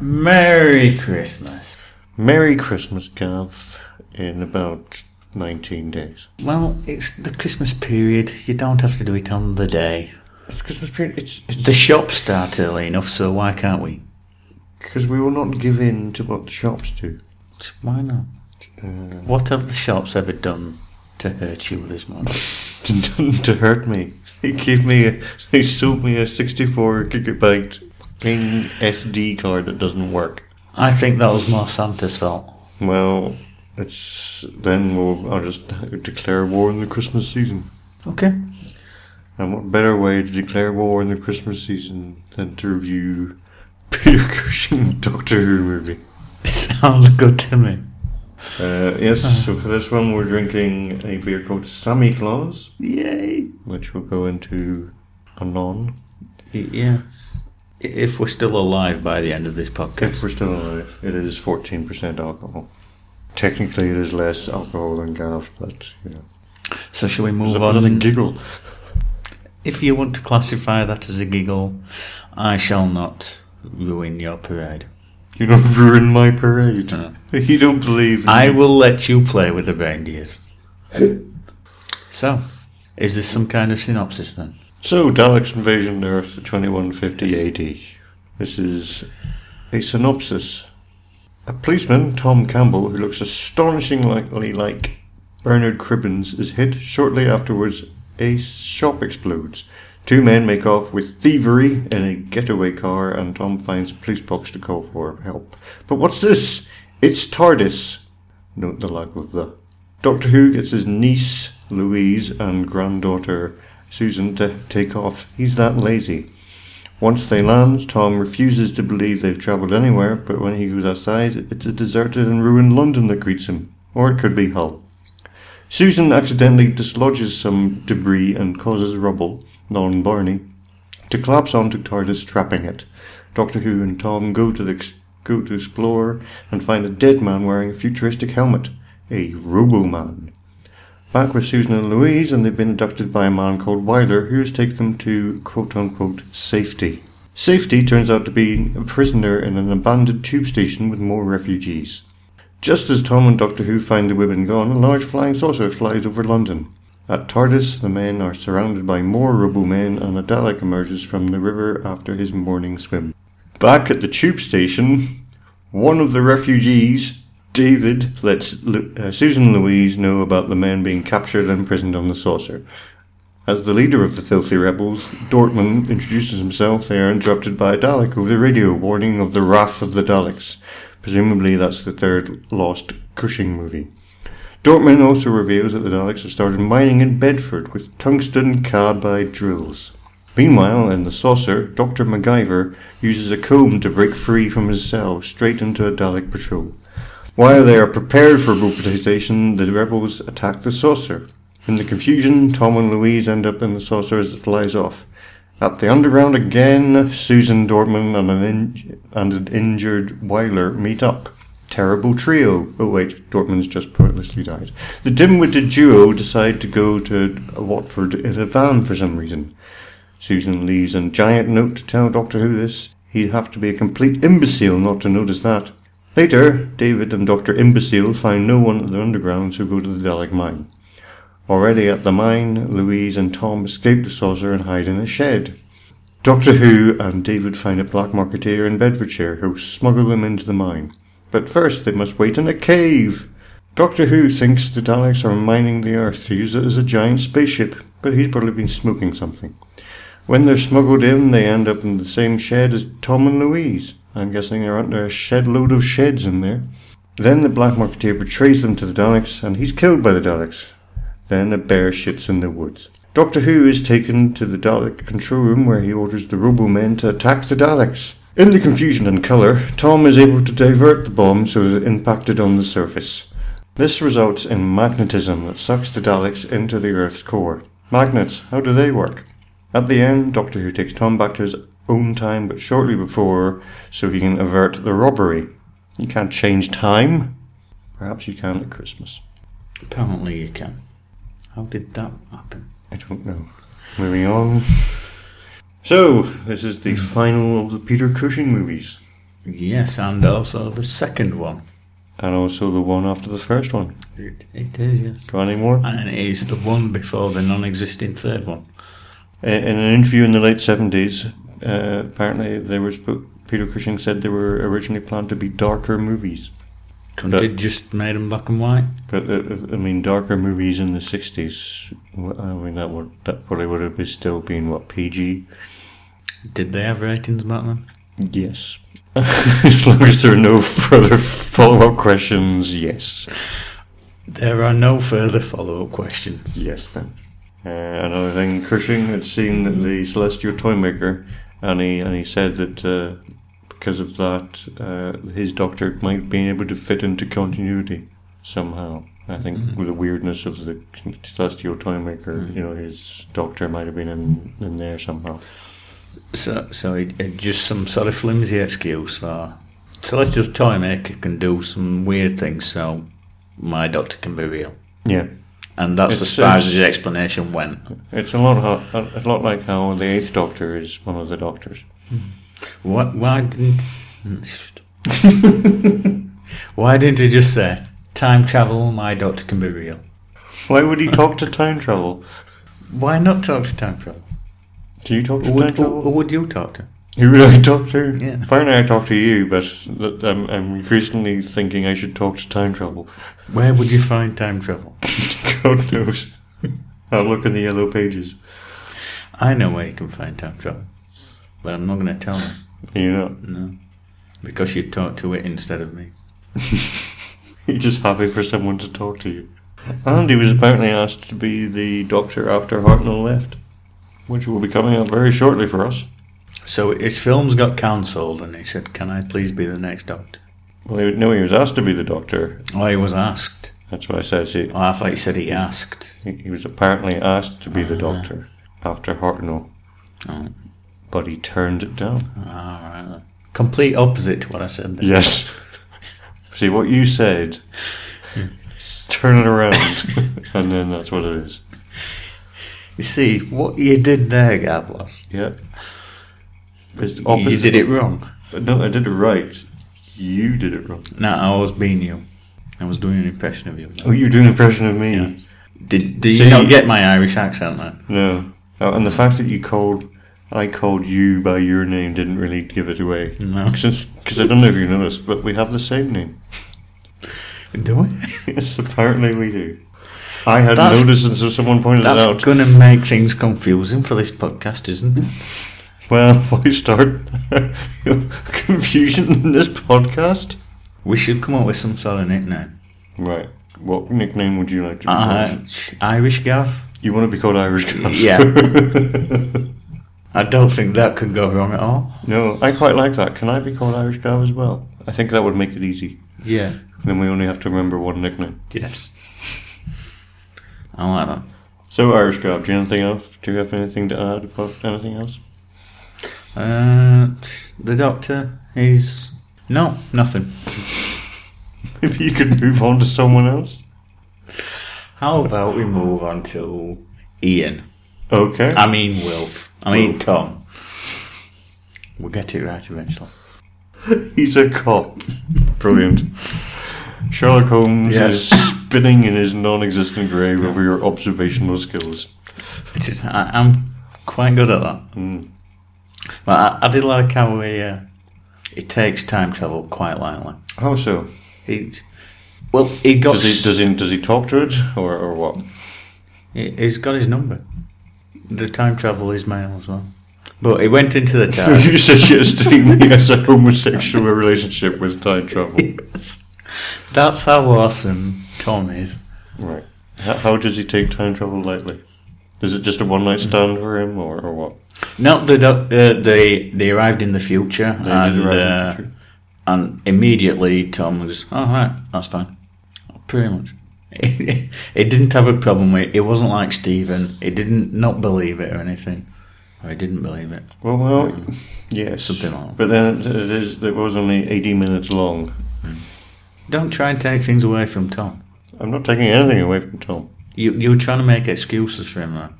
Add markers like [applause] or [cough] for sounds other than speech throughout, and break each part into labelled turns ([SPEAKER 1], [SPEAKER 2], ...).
[SPEAKER 1] Merry Christmas.
[SPEAKER 2] Merry Christmas, Gav, in about 19 days.
[SPEAKER 1] Well, it's the Christmas period. You don't have to do it on the day.
[SPEAKER 2] It's Christmas period. It's
[SPEAKER 1] The shops start early enough, so why can't we?
[SPEAKER 2] because we will not give in to what the shops do. [laughs]
[SPEAKER 1] Why not?
[SPEAKER 2] Uh,
[SPEAKER 1] What have the shops ever done to hurt you this month?
[SPEAKER 2] to hurt me. They gave me a. They sold me a 64 gigabyte fucking SD card that doesn't work.
[SPEAKER 1] I think that was more Santa's fault.
[SPEAKER 2] Well, it's then we'll. I'll just declare war in the Christmas season.
[SPEAKER 1] Okay. [laughs]
[SPEAKER 2] And what better way to declare war in the Christmas season than to review Peter Cushing [laughs] Doctor Who movie?
[SPEAKER 1] It sounds good to me.
[SPEAKER 2] Uh, yes, so for this one we're drinking a beer called Sammy Claus,
[SPEAKER 1] Yay.
[SPEAKER 2] which we'll go into anon,
[SPEAKER 1] Yes. If we're still alive by the end of this
[SPEAKER 2] if
[SPEAKER 1] podcast.
[SPEAKER 2] we're still alive. It is 14% alcohol. Technically it is less alcohol than Gav, but, you know.
[SPEAKER 1] So shall we move
[SPEAKER 2] There's
[SPEAKER 1] on?
[SPEAKER 2] another giggle.
[SPEAKER 1] If you want to classify that as a giggle, I shall not ruin your parade.
[SPEAKER 2] You don't ruin my parade.
[SPEAKER 1] Uh.
[SPEAKER 2] You don't believe in
[SPEAKER 1] I
[SPEAKER 2] me.
[SPEAKER 1] will let you play with the reindeers. So, is this some kind of synopsis then?
[SPEAKER 2] So, Daleks Invasion Earth 2150 AD. This is a synopsis. A policeman, Tom Campbell, who looks astonishingly like Bernard Cribbins, is hit shortly afterwards. A shop explodes. Two men make off with thievery in a getaway car, and Tom finds a police box to call for help. But what's this? It's TARDIS. Note the lack of the. Doctor Who gets his niece, Louise, and granddaughter, Susan, to take off. He's that lazy. Once they land, Tom refuses to believe they've travelled anywhere, but when he goes outside, it's a deserted and ruined London that greets him. Or it could be Hull. Susan accidentally dislodges some debris and causes rubble, non Barney, to collapse onto TARDIS, trapping it. Doctor Who and Tom go to the ex- go to explore and find a dead man wearing a futuristic helmet, a Roboman. Back with Susan and Louise, and they've been abducted by a man called Wyler, who has taken them to quote unquote safety. Safety turns out to be a prisoner in an abandoned tube station with more refugees. Just as Tom and Doctor Who find the women gone, a large flying saucer flies over London. At TARDIS, the men are surrounded by more Robomen, and a Dalek emerges from the river after his morning swim. Back at the tube station, one of the refugees, David, lets Lu- uh, Susan and Louise know about the men being captured and imprisoned on the saucer. As the leader of the filthy rebels, Dortmund introduces himself. They are interrupted by a Dalek over the radio, warning of the wrath of the Daleks. Presumably, that's the third lost Cushing movie. Dortmund also reveals that the Daleks have started mining in Bedford with tungsten carbide drills. Meanwhile, in the saucer, Dr. MacGyver uses a comb to break free from his cell straight into a Dalek patrol. While they are prepared for robotization, the rebels attack the saucer. In the confusion, Tom and Louise end up in the saucer as it flies off. At the underground again, Susan Dortmund and an, in- and an injured Weiler meet up. Terrible trio. Oh wait, Dortmund's just pointlessly died. The dim-witted duo decide to go to Watford in a van for some reason. Susan leaves a giant note to tell Doctor Who this. He'd have to be a complete imbecile not to notice that. Later, David and Dr. Imbecile find no one at the underground, so go to the Dalek mine. Already at the mine, Louise and Tom escape the saucer and hide in a shed. Doctor Who and David find a black marketeer in Bedfordshire who smuggle them into the mine. But first, they must wait in a cave. Doctor Who thinks the Daleks are mining the Earth to use it as a giant spaceship, but he's probably been smoking something. When they're smuggled in, they end up in the same shed as Tom and Louise. I'm guessing they're under a shed load of sheds in there. Then the black marketeer betrays them to the Daleks, and he's killed by the Daleks. Then a bear shits in the woods. Doctor Who is taken to the Dalek control room where he orders the Robo Men to attack the Daleks. In the confusion and colour, Tom is able to divert the bomb so that it impacted on the surface. This results in magnetism that sucks the Daleks into the Earth's core. Magnets, how do they work? At the end, Doctor Who takes Tom back to his own time, but shortly before, so he can avert the robbery. You can't change time. Perhaps you can at Christmas.
[SPEAKER 1] Apparently you can. How did that happen?
[SPEAKER 2] I don't know. Moving on. So, this is the final of the Peter Cushing movies.
[SPEAKER 1] Yes, and also the second one.
[SPEAKER 2] And also the one after the first one.
[SPEAKER 1] It, it is, yes.
[SPEAKER 2] Got any more?
[SPEAKER 1] And it is the one before the non existing third one.
[SPEAKER 2] Uh, In in an interview in the late 70s, uh, apparently there was Peter Cushing said they were originally planned to be darker movies.
[SPEAKER 1] Couldn't it just made them black and white?
[SPEAKER 2] But uh, uh, I mean, darker movies in the 60s, wh- I mean, that would that probably would have been still been what PG?
[SPEAKER 1] Did they have ratings back then?
[SPEAKER 2] Yes. [laughs] as long as there are no further follow up questions, yes.
[SPEAKER 1] There are no further follow up questions.
[SPEAKER 2] Yes, then. Uh, another thing, Cushing had seen that the Celestial Toymaker, and he and he said that uh, because of that, uh, his doctor might be able to fit into continuity somehow. I think with the weirdness of the Celestial Toymaker, you know, his doctor might have been in, in there somehow.
[SPEAKER 1] So, so it, it just some sort of flimsy excuse for Celestial Toymaker can do some weird things, so my doctor can be real.
[SPEAKER 2] Yeah,
[SPEAKER 1] And that's
[SPEAKER 2] It's-
[SPEAKER 1] as far as
[SPEAKER 2] it's-
[SPEAKER 1] his explanation went.
[SPEAKER 2] it's a lot ho- a lot like how the Eighth Doctor is one of the Doctors.
[SPEAKER 1] Why, why didn't. [laughs] Mm, shut up. why didn't he just say, time travel, my doctor can be real?
[SPEAKER 2] Why would he talk to time travel?
[SPEAKER 1] Why not talk to time travel?
[SPEAKER 2] Do you talk to
[SPEAKER 1] Who would,
[SPEAKER 2] time
[SPEAKER 1] who,
[SPEAKER 2] travel?
[SPEAKER 1] who would you talk to?
[SPEAKER 2] You would I [laughs] talk to?
[SPEAKER 1] Yeah.
[SPEAKER 2] Apparently, I talk to you, but th- I'm, I'm increasingly thinking I should talk to time travel. [laughs]
[SPEAKER 1] Where would you find time travel?
[SPEAKER 2] God knows. I'll look in the yellow pages.
[SPEAKER 1] I know where you can find time travel, but I'm not going to tell you.
[SPEAKER 2] You know, [laughs]
[SPEAKER 1] No. Because you talk to it instead of me.
[SPEAKER 2] you're just happy for someone to talk to you. Andy was apparently asked to be the doctor after Hartnell left, which will be coming up very shortly for us.
[SPEAKER 1] So his films got cancelled, and he said, Can I please be the next doctor?
[SPEAKER 2] Well, he would know he was asked to be the doctor.
[SPEAKER 1] Oh, he was asked.
[SPEAKER 2] That's what I said. He,
[SPEAKER 1] Oh, I thought he said he asked.
[SPEAKER 2] he was apparently asked to be the doctor after Hartnell,
[SPEAKER 1] Oh,
[SPEAKER 2] but he turned it down.
[SPEAKER 1] all right. then. Complete opposite to what I said there.
[SPEAKER 2] Yes. See what you said. Turn it [laughs] around, and then that's what it is.
[SPEAKER 1] You see, what you did there, Gav, was.
[SPEAKER 2] Yeah. It's the
[SPEAKER 1] You
[SPEAKER 2] opposite.
[SPEAKER 1] did it wrong.
[SPEAKER 2] No, I did it right. You did it wrong.
[SPEAKER 1] No, I was being you. I was doing an impression of you.
[SPEAKER 2] Oh, you're doing an impression of me.
[SPEAKER 1] Yeah. Did, did
[SPEAKER 2] See-
[SPEAKER 1] you not get my Irish accent then?
[SPEAKER 2] No. Oh, and the fact that you called, I called you by your name, didn't really give it away.
[SPEAKER 1] No.
[SPEAKER 2] Since because I don't know if you noticed, but we have the same name. [laughs]
[SPEAKER 1] Do [laughs] we?
[SPEAKER 2] yes, apparently we do. I hadn't
[SPEAKER 1] That's-
[SPEAKER 2] noticed until someone pointed it out.
[SPEAKER 1] That's going to make things confusing for this podcast, isn't it?
[SPEAKER 2] Well, [laughs] why start confusion in this podcast?
[SPEAKER 1] We should come up with some sort of nickname.
[SPEAKER 2] Right. What nickname would you like to be
[SPEAKER 1] Uh,
[SPEAKER 2] called?
[SPEAKER 1] Irish Gav?
[SPEAKER 2] You want to be called Irish Gav? [laughs]
[SPEAKER 1] Yeah. I don't think that could go wrong at all.
[SPEAKER 2] no, I quite like that. Can I be called Irish Gav as well? I think that would make it easy.
[SPEAKER 1] Yeah.
[SPEAKER 2] Then we only have to remember one nickname.
[SPEAKER 1] Yes. I like that.
[SPEAKER 2] So, Irish Gav, do you have anything else? Do you have anything to add about anything else? [laughs]
[SPEAKER 1] Uh, the doctor is no nothing.
[SPEAKER 2] Maybe you could move on to someone else.
[SPEAKER 1] How about we move on to Ian?
[SPEAKER 2] Okay.
[SPEAKER 1] I mean Wilf. I mean
[SPEAKER 2] Wilf.
[SPEAKER 1] Tom. We'll get it right eventually.
[SPEAKER 2] He's a cop. Brilliant. Sherlock Holmes
[SPEAKER 1] Yes.
[SPEAKER 2] is spinning in his non-existent grave over your observational skills.
[SPEAKER 1] It's just, I, I'm quite good at that. But I, I did like how we, uh, it takes time travel quite lightly.
[SPEAKER 2] How so?
[SPEAKER 1] He, well, he got
[SPEAKER 2] Does he does he does he talk to it or, or what?
[SPEAKER 1] He- He's got his number. The time travel is male as well. But he went into the tower.
[SPEAKER 2] [laughs] you suggesting he has a homosexual relationship with time travel?
[SPEAKER 1] [laughs] That's how awesome Tom is.
[SPEAKER 2] Right. How, how does he take time travel lightly? Is it just a one night stand for him or, or what?
[SPEAKER 1] No, the doc- uh, they they arrived in the future
[SPEAKER 2] They
[SPEAKER 1] and
[SPEAKER 2] did arrive in the
[SPEAKER 1] uh,
[SPEAKER 2] future.
[SPEAKER 1] and immediately Tom was all right. That's fine. Pretty much. [laughs] it didn't have a problem with it. It wasn't like Stephen. It didn't not believe it or anything. Or he didn't believe it.
[SPEAKER 2] Well, well, yes.
[SPEAKER 1] Something like that.
[SPEAKER 2] But then it, it is. It was only eighty minutes long.
[SPEAKER 1] Don't try and take things away from Tom.
[SPEAKER 2] I'm not taking anything away from Tom.
[SPEAKER 1] You you were trying to make excuses for him. Though.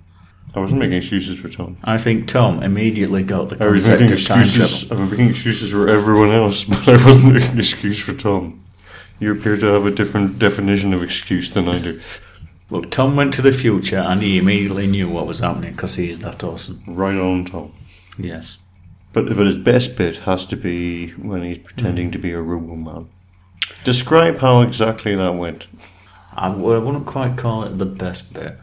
[SPEAKER 2] I wasn't making excuses for Tom.
[SPEAKER 1] I think Tom immediately got the
[SPEAKER 2] I was
[SPEAKER 1] concept
[SPEAKER 2] Oh, making
[SPEAKER 1] of time travel.
[SPEAKER 2] excuses. I was making excuses for everyone else, [laughs] but I wasn't making an excuse for Tom. You appear to have a different definition of excuse than I do.
[SPEAKER 1] Look, Tom went to the future and he immediately knew what was happening because he's that awesome.
[SPEAKER 2] Right on, Tom.
[SPEAKER 1] Yes.
[SPEAKER 2] But but his best bit has to be when he's pretending to be a robot man. Describe how exactly that went.
[SPEAKER 1] I, w- I wouldn't quite call it the best bit,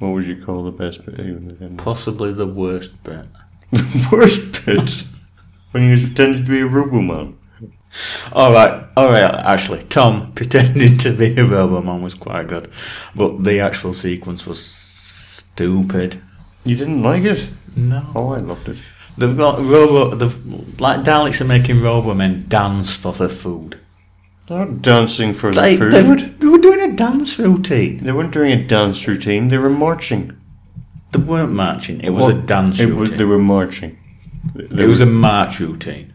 [SPEAKER 2] What would you call the best bit? Even then?
[SPEAKER 1] possibly the worst bit.
[SPEAKER 2] [laughs] the worst [laughs] bit when he was pretending to be a robot man.
[SPEAKER 1] All right, all right. Actually, Tom [laughs] pretending to be a Roboman was quite good, but the actual sequence was stupid.
[SPEAKER 2] You didn't like it?
[SPEAKER 1] No,
[SPEAKER 2] Oh, I loved it.
[SPEAKER 1] they've got Robo. They've like Daleks are making Robomen dance for their food.
[SPEAKER 2] They were dancing for
[SPEAKER 1] They,
[SPEAKER 2] the food.
[SPEAKER 1] they were they were doing a dance routine.
[SPEAKER 2] They weren't doing a dance routine. They were marching.
[SPEAKER 1] They weren't marching. It was a
[SPEAKER 2] Well,
[SPEAKER 1] dance
[SPEAKER 2] It
[SPEAKER 1] routine.
[SPEAKER 2] was, they were marching. Th- There
[SPEAKER 1] a march routine.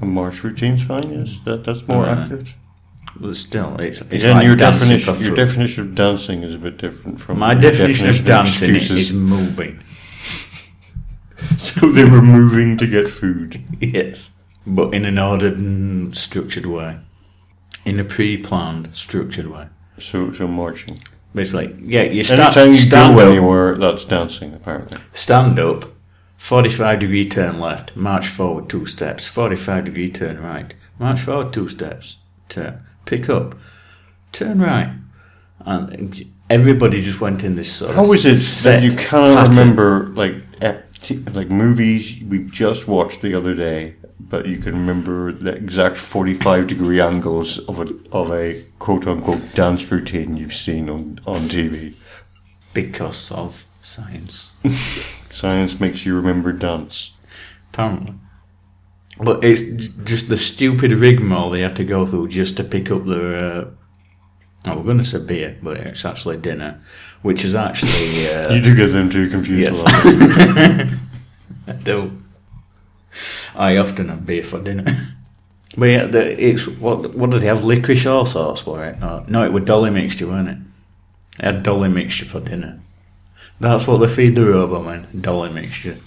[SPEAKER 2] a march routine's fine. Yes, that, that's more
[SPEAKER 1] Alright.
[SPEAKER 2] accurate.
[SPEAKER 1] But still, it's, Uh, it's
[SPEAKER 2] Again,
[SPEAKER 1] like
[SPEAKER 2] your
[SPEAKER 1] dancing
[SPEAKER 2] definition,
[SPEAKER 1] for food.
[SPEAKER 2] your definition of dancing is a bit different from
[SPEAKER 1] My
[SPEAKER 2] your
[SPEAKER 1] definition of dancing
[SPEAKER 2] excuses.
[SPEAKER 1] is moving. [laughs]
[SPEAKER 2] [laughs] so they were moving to get food.
[SPEAKER 1] Yes, but in an ordered and structured way, in a pre-planned, structured way.
[SPEAKER 2] So, so marching.
[SPEAKER 1] Basically, yeah, you start
[SPEAKER 2] Anytime you
[SPEAKER 1] stand
[SPEAKER 2] go
[SPEAKER 1] up,
[SPEAKER 2] anywhere, that's dancing. Apparently,
[SPEAKER 1] stand up, forty-five degree turn left, march forward two steps, forty-five degree turn right, march forward two steps, turn, pick up, turn right, and everybody just went in this sort of.
[SPEAKER 2] how is it that
[SPEAKER 1] set
[SPEAKER 2] you cannot
[SPEAKER 1] pattern.
[SPEAKER 2] remember like ep- t- like movies we just watched the other day, but you can remember the exact forty-five degree angles of a of a quote unquote dance routine you've seen on on TV?
[SPEAKER 1] because of science,
[SPEAKER 2] Science makes you remember dance.
[SPEAKER 1] apparently. But it's j- just the stupid rigmarole they had to go through just to pick up their. Uh, I was going to say beer, but it's actually dinner, which is actually. Uh,
[SPEAKER 2] You do get them too confused
[SPEAKER 1] Yes.
[SPEAKER 2] a lot.
[SPEAKER 1] I do. I often have beer for dinner. [laughs] but yeah, the, it's what what do they have? Licorice or sauce for it? No, no, it was dolly mixture, weren't it? They had dolly mixture for dinner. That's what they feed the robot man. Dolly mixture.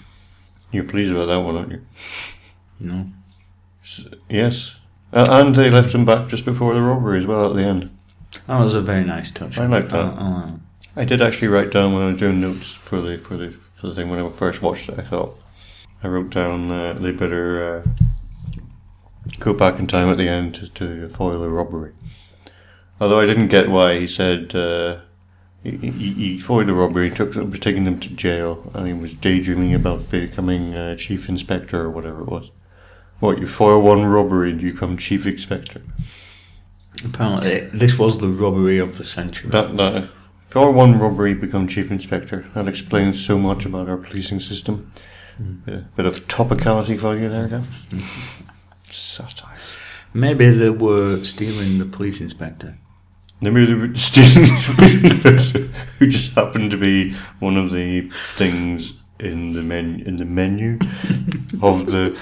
[SPEAKER 2] You're pleased about that one, aren't you?
[SPEAKER 1] No.
[SPEAKER 2] Yes. A- And they left him back just before the robbery as well at the end.
[SPEAKER 1] That was a very nice touch.
[SPEAKER 2] I like that.
[SPEAKER 1] Uh, uh,
[SPEAKER 2] I did actually write down when I was doing notes for the for the for the thing when I first watched it. I thought I wrote down uh, they better uh, go back in time at the end to, to foil the robbery. Although I didn't get why he said uh, he, he, he foiled the robbery, took them- was taking them to jail, and he was daydreaming about becoming uh, chief inspector or whatever it was. What you foil one robbery and you become chief inspector?
[SPEAKER 1] apparently, this was the robbery of the century.
[SPEAKER 2] That, that for one robbery, become chief inspector. That explains so much about our policing system. Bit, bit of topicality value there, again. Satire.
[SPEAKER 1] Maybe they were stealing the police inspector.
[SPEAKER 2] Maybe they were stealing [laughs] who just happened to be one of the things in the men in the menu of the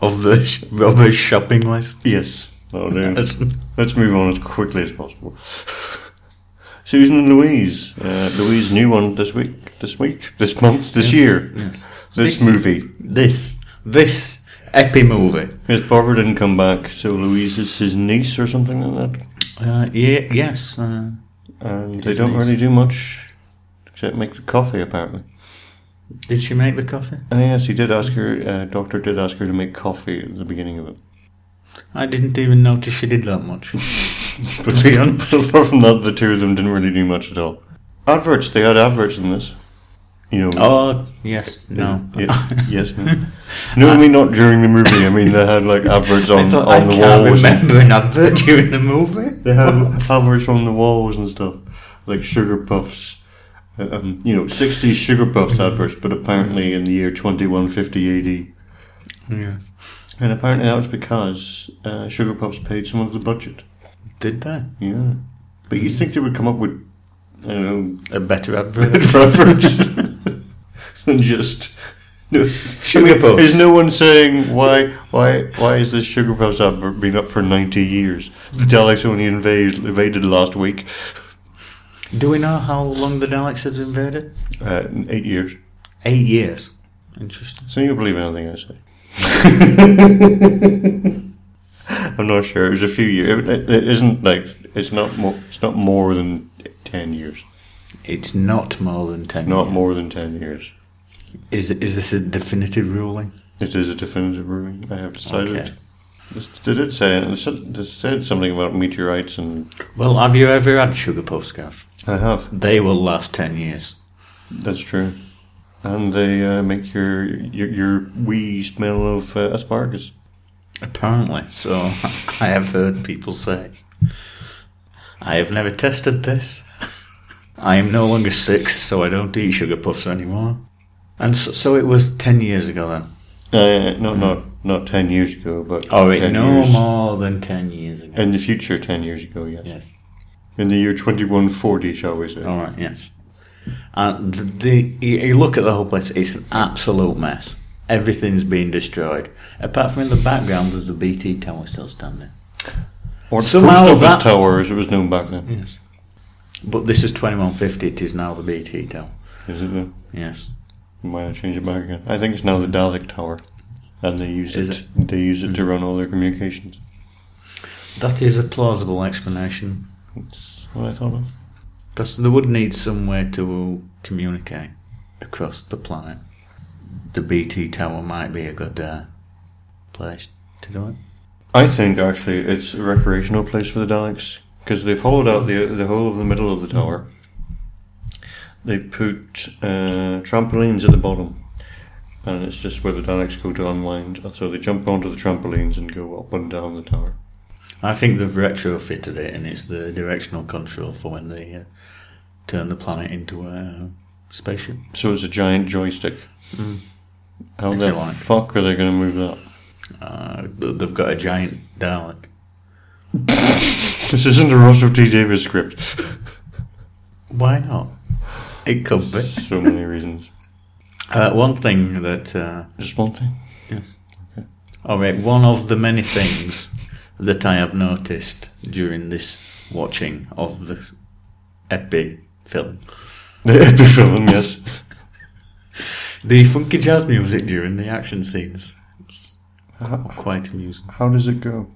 [SPEAKER 1] Of the sh- robber shopping list.
[SPEAKER 2] yes. that'll do.
[SPEAKER 1] [laughs] Yes.
[SPEAKER 2] Let's move on as quickly as possible. Susan and Louise, uh, Louise new one this week, this week, this month, this year.
[SPEAKER 1] Yes.
[SPEAKER 2] This movie.
[SPEAKER 1] This. This. Epi movie.
[SPEAKER 2] Because Barbara didn't come back, so Louise is his niece or something like that.
[SPEAKER 1] Uh, yeah, yes. Uh,
[SPEAKER 2] And they
[SPEAKER 1] His
[SPEAKER 2] don't
[SPEAKER 1] niece.
[SPEAKER 2] really do much except make the coffee, apparently.
[SPEAKER 1] did she make the coffee?
[SPEAKER 2] And yes, he did ask her, uh, Doctor did ask her to make coffee at the beginning of it. [laughs]
[SPEAKER 1] I didn't even notice she did that much. to be honest.
[SPEAKER 2] apart from that, the two of them didn't really do much at all. Adverts, they had adverts in this. You know.
[SPEAKER 1] Oh, yes, no. [laughs]
[SPEAKER 2] Yes, yes no. No, I mean not during the movie. I mean they had like adverts
[SPEAKER 1] [laughs]
[SPEAKER 2] on,
[SPEAKER 1] I thought I
[SPEAKER 2] on the
[SPEAKER 1] can't
[SPEAKER 2] walls. and-
[SPEAKER 1] remember an advert [laughs] during the movie.
[SPEAKER 2] They had adverts on the walls and stuff, like sugar puffs. Um, you know, 60s sugar puffs adverts, but apparently in the year 2150 AD.
[SPEAKER 1] Yes.
[SPEAKER 2] And apparently that was because uh, sugar puffs paid some of the budget.
[SPEAKER 1] Did that?
[SPEAKER 2] Yeah. But you think they would come up with, I don't know, [laughs]
[SPEAKER 1] A better advert.
[SPEAKER 2] better adverts [laughs] than just. No,
[SPEAKER 1] Sugar puffs.
[SPEAKER 2] [laughs] Is no one saying why why why is this sugar puffs advert been up for ninety years? The Daleks only invaded invaded last week.
[SPEAKER 1] Do we know how long the Daleks had invaded?
[SPEAKER 2] Uh, in eight years.
[SPEAKER 1] Eight years. Interesting.
[SPEAKER 2] So you believe anything I say? [laughs] I'm not sure. It was a few years. It, it isn't like it's not more. It's not more than ten years.
[SPEAKER 1] It's not more than ten.
[SPEAKER 2] Not
[SPEAKER 1] years.
[SPEAKER 2] more than ten years.
[SPEAKER 1] Is is this a definitive ruling?
[SPEAKER 2] It is a definitive ruling. I have decided.
[SPEAKER 1] Okay.
[SPEAKER 2] This- They did say it said, they said something about meteorites, and
[SPEAKER 1] Well, have you ever had sugar puffs, Gav?
[SPEAKER 2] I have.
[SPEAKER 1] They will last ten years.
[SPEAKER 2] That's true. And they uh, make your your, your wee smell of uh, asparagus.
[SPEAKER 1] Apparently, so [laughs] I have heard people say. I have never tested this. I am no longer six, so I don't eat sugar puffs anymore. And so, so it was ten years ago then.
[SPEAKER 2] Uh, not not not ten years ago, but
[SPEAKER 1] All right,
[SPEAKER 2] 10
[SPEAKER 1] Oh, no
[SPEAKER 2] years-
[SPEAKER 1] more than ten years ago.
[SPEAKER 2] in the future, ten years ago. Yes,
[SPEAKER 1] yes.
[SPEAKER 2] in the year twenty one forty, shall we say?
[SPEAKER 1] All right. Yes. And th- the you you look at the whole place; it's an absolute mess. Everything's been destroyed, apart from in the background. There's the BT tower still standing.
[SPEAKER 2] Or the
[SPEAKER 1] Somehow
[SPEAKER 2] post office
[SPEAKER 1] that-
[SPEAKER 2] tower, as it was known back then.
[SPEAKER 1] Yes. But this is twenty one fifty. It is now the BT tower.
[SPEAKER 2] Is it? Though?
[SPEAKER 1] Yes.
[SPEAKER 2] Might I change it back again? I think it's now the Dalek Tower, and they use
[SPEAKER 1] Is Mm-hmm.
[SPEAKER 2] it, They use it to run all their communications.
[SPEAKER 1] That is a plausible explanation
[SPEAKER 2] That's what I thought of.
[SPEAKER 1] because they would need some way to communicate across the planet. The BT tower might be a good uh, place to do it.
[SPEAKER 2] I think actually it's a recreational place for the Daleks because they've hollowed out the the whole of the middle of the
[SPEAKER 1] Mm.
[SPEAKER 2] tower. They put uh, trampolines at the bottom, and it's just where the Daleks go to unwind. And so they jump onto the trampolines and go up and down the tower.
[SPEAKER 1] I think they've retrofitted it, and it's the directional control for when they uh, turn the planet into a spaceship.
[SPEAKER 2] So it's a giant joystick. Mm. How
[SPEAKER 1] If
[SPEAKER 2] the
[SPEAKER 1] they like.
[SPEAKER 2] fuck are they going to move that? [laughs]
[SPEAKER 1] Uh, th- they've got a giant Dalek.
[SPEAKER 2] This isn't a Russell T Davis script.
[SPEAKER 1] Why not? It could be.
[SPEAKER 2] so many [laughs] reasons.
[SPEAKER 1] Uh, one thing that. Uh,
[SPEAKER 2] Just one thing. [laughs]
[SPEAKER 1] yes. All right, one of the many things that I have noticed during this watching of the epic film.
[SPEAKER 2] The epic film, yes.
[SPEAKER 1] The funky jazz music during the action scenes. Quite amusing.
[SPEAKER 2] How does it go?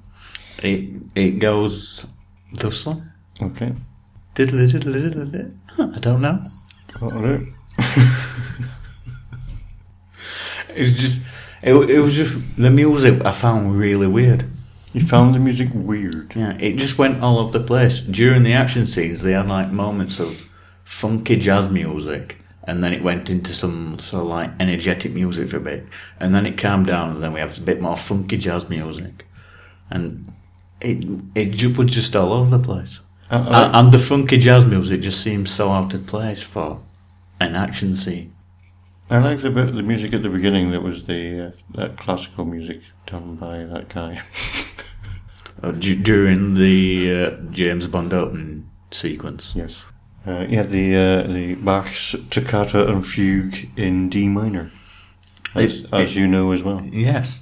[SPEAKER 1] It, it goes thus one.
[SPEAKER 2] Okay.
[SPEAKER 1] Diddle diddle diddle diddle. Huh, I don't know.
[SPEAKER 2] That'll do.
[SPEAKER 1] It's just it, it was just the music I found really weird.
[SPEAKER 2] You found the music weird.
[SPEAKER 1] Yeah, it just went all over the place. During the action scenes, they had like moments of funky jazz music, and then it went into some sort of like energetic music for a bit, and then it calmed down, and then we have a bit more funky jazz music, and it it ju- was just all over the place.
[SPEAKER 2] I, I,
[SPEAKER 1] And, and the funky jazz music just seems so out of place for an action scene.
[SPEAKER 2] I like the bit the music at the beginning that was the uh, that classical music done by that guy. [laughs]
[SPEAKER 1] Uh, d- during the uh, James Bond opening sequence.
[SPEAKER 2] Yes. Uh, yeah, the uh, the Bach's Toccata and Fugue in D minor, as,
[SPEAKER 1] It-
[SPEAKER 2] as you know as well.
[SPEAKER 1] Yes.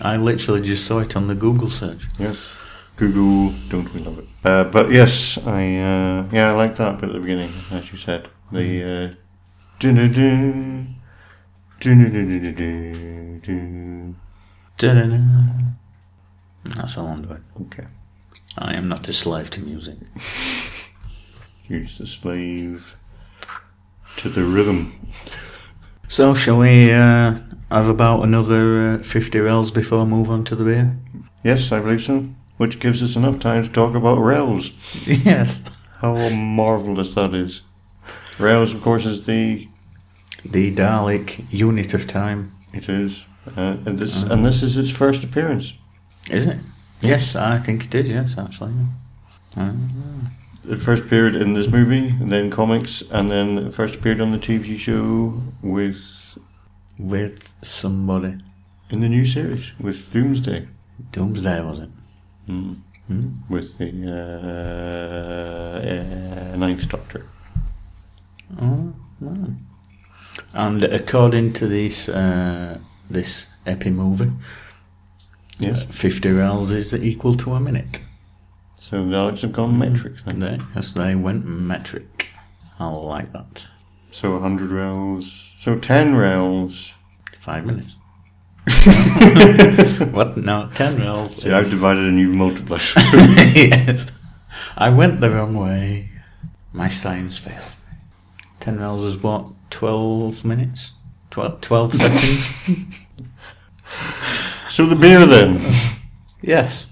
[SPEAKER 1] I literally just saw it on the Google search.
[SPEAKER 2] Yes. Google, don't we love it? Uh, but yes, I uh, yeah, I like that bit at the beginning, as you said. The uh, doo-doo-doo, doo-doo-doo-doo-doo-doo.
[SPEAKER 1] Da-da-da. That's all I'm doing.
[SPEAKER 2] Okay.
[SPEAKER 1] I am not a slave to music.
[SPEAKER 2] Use the slave to the rhythm.
[SPEAKER 1] So, shall we uh, have about another uh, 50 rels before I move on to the beer?
[SPEAKER 2] Yes, I believe so. Which gives us enough time to talk about Rails.
[SPEAKER 1] [laughs] yes.
[SPEAKER 2] How marvelous that is. Rails, of course, is the
[SPEAKER 1] The Dalek unit of time.
[SPEAKER 2] it is, uh, and this and this is its first appearance.
[SPEAKER 1] Is it? Yes, I think it is, yes, actually. Uh,
[SPEAKER 2] It first appeared in this movie, then comics, and then it first appeared on the TV show with
[SPEAKER 1] with somebody.
[SPEAKER 2] in the new series with Doomsday,
[SPEAKER 1] Doomsday, was it?
[SPEAKER 2] mm.
[SPEAKER 1] Hmm?
[SPEAKER 2] with the uh, uh, Ninth Doctor.
[SPEAKER 1] Oh, right. And according to this uh, this uh, epi movie,
[SPEAKER 2] Yes,
[SPEAKER 1] fifty rounds is equal to a minute.
[SPEAKER 2] So the Alex have
[SPEAKER 1] Hmm.
[SPEAKER 2] gone metric then.
[SPEAKER 1] They, yes, they went metric. I like that.
[SPEAKER 2] So 100 rails. So 10 rails.
[SPEAKER 1] Five
[SPEAKER 2] [laughs]
[SPEAKER 1] minutes. what? No, ten rails.
[SPEAKER 2] See, I've divided and you've multiplied.
[SPEAKER 1] [laughs] yes. I went the wrong way. My science failed me. Ten rails is what? Twelve minutes? Twelve,
[SPEAKER 2] [laughs]
[SPEAKER 1] 12 seconds?
[SPEAKER 2] [laughs] so the beer then.
[SPEAKER 1] Yes.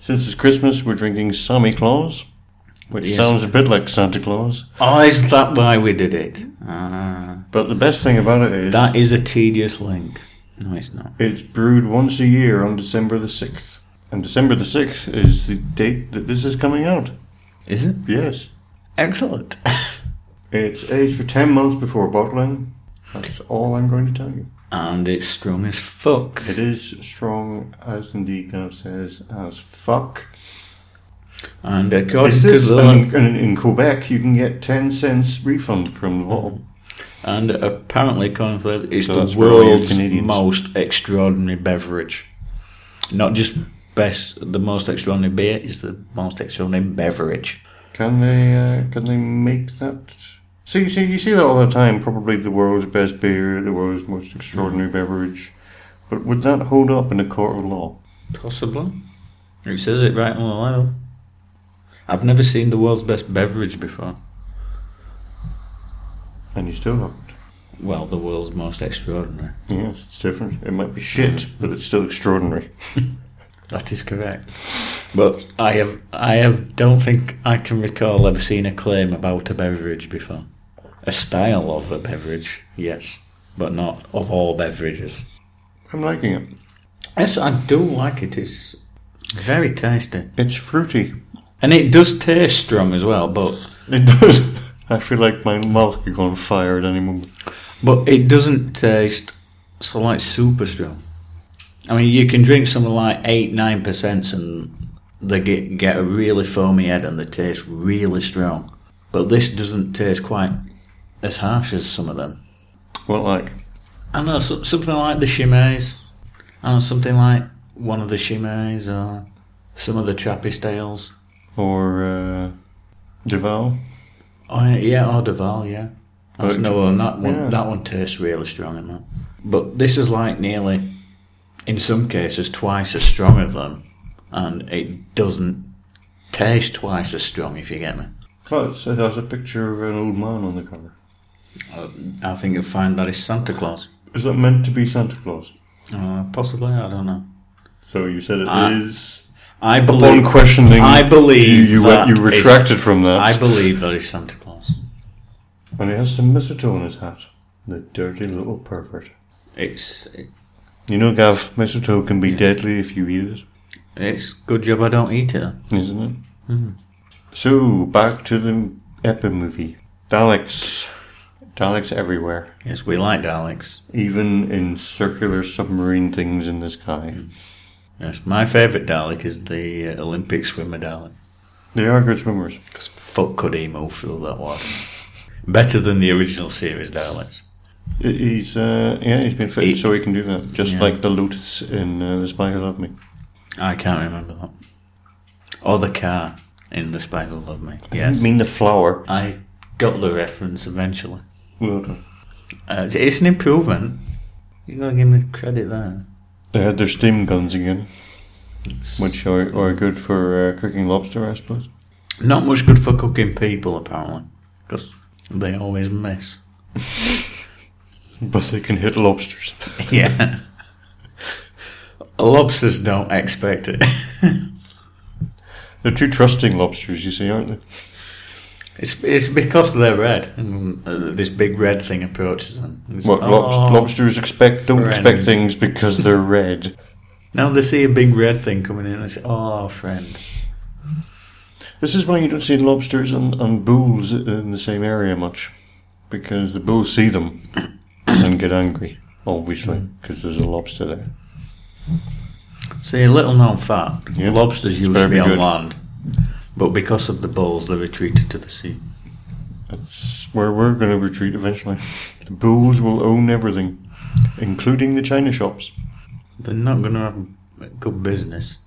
[SPEAKER 2] Since it's Christmas, we're drinking Sammy Claus, which
[SPEAKER 1] Yes.
[SPEAKER 2] sounds a bit like Santa Claus.
[SPEAKER 1] Oh, is that why we did it? Ah,
[SPEAKER 2] But the best thing about it is
[SPEAKER 1] that is a tedious link. No, it's not.
[SPEAKER 2] it's brewed once a year on December the 6th. And December the 6th is the date that this is coming out.
[SPEAKER 1] Is it?
[SPEAKER 2] Yes.
[SPEAKER 1] Excellent.
[SPEAKER 2] It's aged for 10 months before bottling. That's all I'm going to tell you.
[SPEAKER 1] and it's strong as fuck.
[SPEAKER 2] It is strong, as indeed Gav says, as fuck.
[SPEAKER 1] And according
[SPEAKER 2] Is
[SPEAKER 1] to
[SPEAKER 2] this,
[SPEAKER 1] the
[SPEAKER 2] and in, in Quebec, you can get 10 cents refund from the bottle.
[SPEAKER 1] And apparently, cornflakes is
[SPEAKER 2] So that's
[SPEAKER 1] the
[SPEAKER 2] for all you
[SPEAKER 1] world's
[SPEAKER 2] Canadians.
[SPEAKER 1] most extraordinary beverage. Not just best, the most extraordinary beer is the most extraordinary beverage.
[SPEAKER 2] Can they uh, can they make that? See, see, you see that all the time. Probably the world's best beer, the world's most extraordinary beverage. But would that hold up in a court of law?
[SPEAKER 1] Possibly. It says it right on the label. I've never seen the world's best beverage before.
[SPEAKER 2] And you still haven't.
[SPEAKER 1] Well, the world's most extraordinary.
[SPEAKER 2] Yes, it's different. It might be shit, but it's still extraordinary.
[SPEAKER 1] That is correct. But I have, I have, don't think I can recall ever seeing a claim about a beverage before. A style of a beverage, yes, but not of all beverages.
[SPEAKER 2] I'm liking it.
[SPEAKER 1] Yes, I do like it. It's very tasty,
[SPEAKER 2] It's fruity.
[SPEAKER 1] and it does taste strong as well. But
[SPEAKER 2] It does. [laughs] I feel like my mouth could go on fire at any moment.
[SPEAKER 1] but it doesn't taste so like super strong. I mean, you can drink something like eight nine percent, and they get get a really foamy head, and they taste really strong. But this doesn't taste quite as harsh as some of them.
[SPEAKER 2] What like?
[SPEAKER 1] I know so, something like the Shimays. I know something like one of the Shimays or some of the Trappist ales.
[SPEAKER 2] Or uh, Duval?
[SPEAKER 1] Oh yeah, yeah, oh Duval, yeah. That's
[SPEAKER 2] But-
[SPEAKER 1] no one. That one,
[SPEAKER 2] yeah.
[SPEAKER 1] that one tastes really strong in that. But this is like nearly, in some cases, twice as strong as them, and it doesn't taste twice as strong. If you get me,
[SPEAKER 2] Plus, it has a picture of an old man on the cover.
[SPEAKER 1] I think you'll find that is Santa Claus.
[SPEAKER 2] Is that meant to be Santa Claus?
[SPEAKER 1] Uh, possibly, I don't know.
[SPEAKER 2] So you said it is.
[SPEAKER 1] Ah. I
[SPEAKER 2] Upon
[SPEAKER 1] believe.
[SPEAKER 2] questioning,
[SPEAKER 1] I believe
[SPEAKER 2] you you,
[SPEAKER 1] that
[SPEAKER 2] went- you
[SPEAKER 1] is-
[SPEAKER 2] retracted from that.
[SPEAKER 1] I believe that is Santa Claus.
[SPEAKER 2] and he has some mistletoe in his hat. The dirty little pervert.
[SPEAKER 1] It's it,
[SPEAKER 2] You know, Gav, mistletoe can be deadly if you eat it,
[SPEAKER 1] it's good job I don't eat it.
[SPEAKER 2] isn't it? So back to the Epi movie. Daleks, Daleks everywhere,
[SPEAKER 1] Yes, we like Daleks.
[SPEAKER 2] even in circular submarine things in the sky.
[SPEAKER 1] Yes, my favourite Dalek is the uh, Olympic swimmer Dalek.
[SPEAKER 2] They are good swimmers.
[SPEAKER 1] Because fuck could he move through that water? Better than the original series Daleks.
[SPEAKER 2] I- He's uh, yeah, he's been fitted
[SPEAKER 1] He-
[SPEAKER 2] so he can do that, just
[SPEAKER 1] Yeah.
[SPEAKER 2] like the Lotus in uh, The Spy Who Loved Me.
[SPEAKER 1] I can't remember that. Or the car in The Spy Who Loved Me.
[SPEAKER 2] I
[SPEAKER 1] Yes.
[SPEAKER 2] mean the flower.
[SPEAKER 1] I got the reference eventually.
[SPEAKER 2] Well done.
[SPEAKER 1] Uh, it's- it's an improvement. You gotta give me credit there.
[SPEAKER 2] They had their steam guns again,
[SPEAKER 1] It's
[SPEAKER 2] which are, are good for uh, cooking lobster, I suppose.
[SPEAKER 1] not much good for cooking people, apparently. Because they always miss. [laughs]
[SPEAKER 2] But they can hit lobsters.
[SPEAKER 1] yeah. Lobsters don't expect it. [laughs]
[SPEAKER 2] They're too trusting lobsters, you see, aren't they?
[SPEAKER 1] It's, it's because they're red. And uh, this big red thing approaches them. It's,
[SPEAKER 2] What lobs-
[SPEAKER 1] "Oh."
[SPEAKER 2] lobsters expect don't
[SPEAKER 1] friend.
[SPEAKER 2] expect things because they're red.
[SPEAKER 1] Now they see a big red thing coming in and they say, oh, friend.
[SPEAKER 2] [laughs] This is why you don't see lobsters and, and bulls in the same area much, because the bulls see them [coughs] and get angry, obviously, because there's a lobster there.
[SPEAKER 1] See, a little known fact
[SPEAKER 2] Yeah.
[SPEAKER 1] lobsters used to
[SPEAKER 2] very
[SPEAKER 1] be on
[SPEAKER 2] good.
[SPEAKER 1] land, but because of the bulls, they retreated to the sea.
[SPEAKER 2] That's where we're going to retreat eventually. The bulls will own everything, including the china shops.
[SPEAKER 1] They're not going to have good business.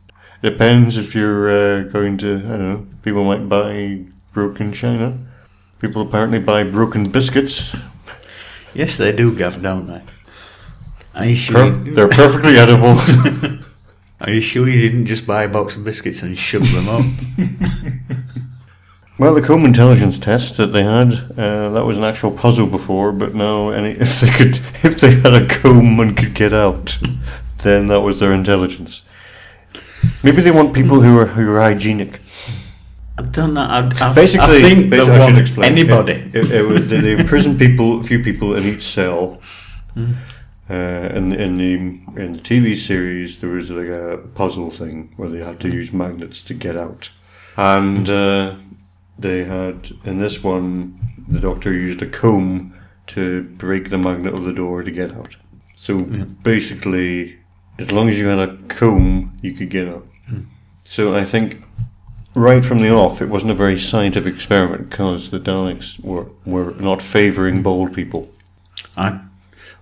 [SPEAKER 2] Depends if you're uh, going to, I don't know, people might buy broken china. People apparently buy broken biscuits.
[SPEAKER 1] Yes, they do, Gav, don't they? Are you sure?
[SPEAKER 2] Per- they're perfectly [laughs] edible.
[SPEAKER 1] Are you sure you didn't just buy a box of biscuits and shove them
[SPEAKER 2] [laughs]
[SPEAKER 1] up?
[SPEAKER 2] Well, the Combe intelligence test that they had, uh, that was an actual puzzle before, but now any [laughs] if they could if they had a comb and could get out, then that was their intelligence. Maybe they want people who are who are hygienic.
[SPEAKER 1] I don't know. I, I,
[SPEAKER 2] Basically,
[SPEAKER 1] I think they
[SPEAKER 2] basically I
[SPEAKER 1] want
[SPEAKER 2] should explain.
[SPEAKER 1] anybody.
[SPEAKER 2] It, it, it was, they imprison people, a few people in each cell.
[SPEAKER 1] Hmm.
[SPEAKER 2] Uh, in, the- in the in the TV series, there was like a puzzle thing where they
[SPEAKER 1] Hmm.
[SPEAKER 2] had to use magnets to get out, and uh, they had in this one the doctor used a comb to break the magnet of the door to get out. So basically, as long as you had a comb, you could get out.
[SPEAKER 1] Hmm.
[SPEAKER 2] So I think right from the off, it wasn't a very scientific experiment because the Daleks were, were not favouring bald people.
[SPEAKER 1] I,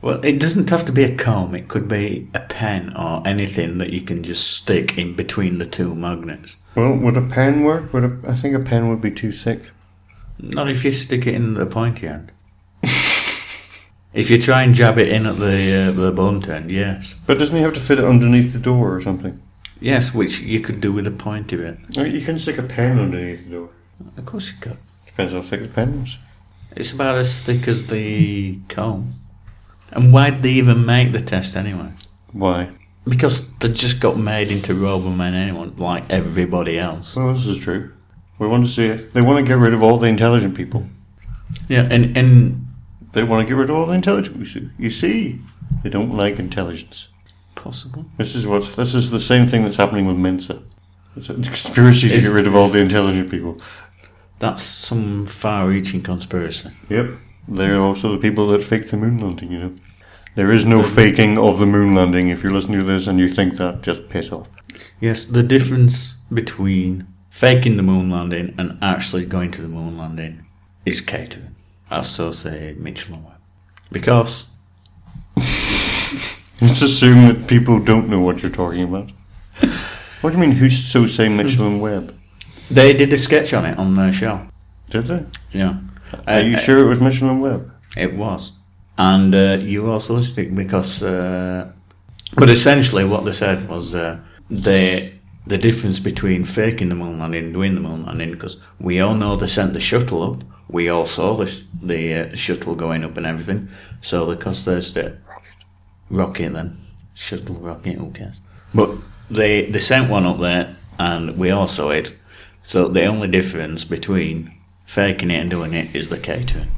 [SPEAKER 1] well, it doesn't have to be a comb. It could be a pen or anything that you can just stick in between the two magnets.
[SPEAKER 2] Well, would a pen work? Would a, I think a pen would be too thick.
[SPEAKER 1] Not if you stick it in the pointy end. [laughs] if you try and jab it in at the uh, the blunt end, yes,
[SPEAKER 2] But doesn't he have to fit it underneath the door or something?
[SPEAKER 1] yes, which you could do with a pointy bit.
[SPEAKER 2] No, Uh, You can stick a pen underneath the door.
[SPEAKER 1] Of course you could.
[SPEAKER 2] Depends how thick the pen is.
[SPEAKER 1] It's about as thick as the comb. And why'd they even make the test anyway?
[SPEAKER 2] Why?
[SPEAKER 1] Because they just got made into Robomen anyone, like everybody else.
[SPEAKER 2] Well, this is true. We want to see it. They want to get rid of all the intelligent people.
[SPEAKER 1] Yeah, and and
[SPEAKER 2] They want to get rid of all the intelligent people. You see, they don't like intelligence.
[SPEAKER 1] possible.
[SPEAKER 2] This is what. This is the same thing that's happening with Mensa. It's a conspiracy to
[SPEAKER 1] Is-
[SPEAKER 2] get rid of all the intelligent people.
[SPEAKER 1] That's some far-reaching conspiracy.
[SPEAKER 2] Yep. They're also the people that fake the moon landing, you know. There is no faking of the moon landing. If you're listening to this and you think that, just piss off.
[SPEAKER 1] Yes, the difference between faking the moon landing and actually going to the moon landing is catering, as so say Mitchell and Webb. Because
[SPEAKER 2] Let's assume that people don't know what you're talking about. What do you mean, who's so say Mitchell and Webb?
[SPEAKER 1] they did a sketch on it on their show.
[SPEAKER 2] Did they?
[SPEAKER 1] Yeah.
[SPEAKER 2] Are you
[SPEAKER 1] Uh,
[SPEAKER 2] sure it was Mitchell and Webb?
[SPEAKER 1] It was. And uh, you are soliciting because, uh, but essentially what they said was uh, they, the difference between faking the moon landing and doing the moon landing, because we all know they sent the shuttle up, we all saw this, the uh, shuttle going up and everything, so because there's the rocket then, shuttle rocket, who cares? But they, they sent one up there and we all saw it, so the only difference between faking it and doing it is the catering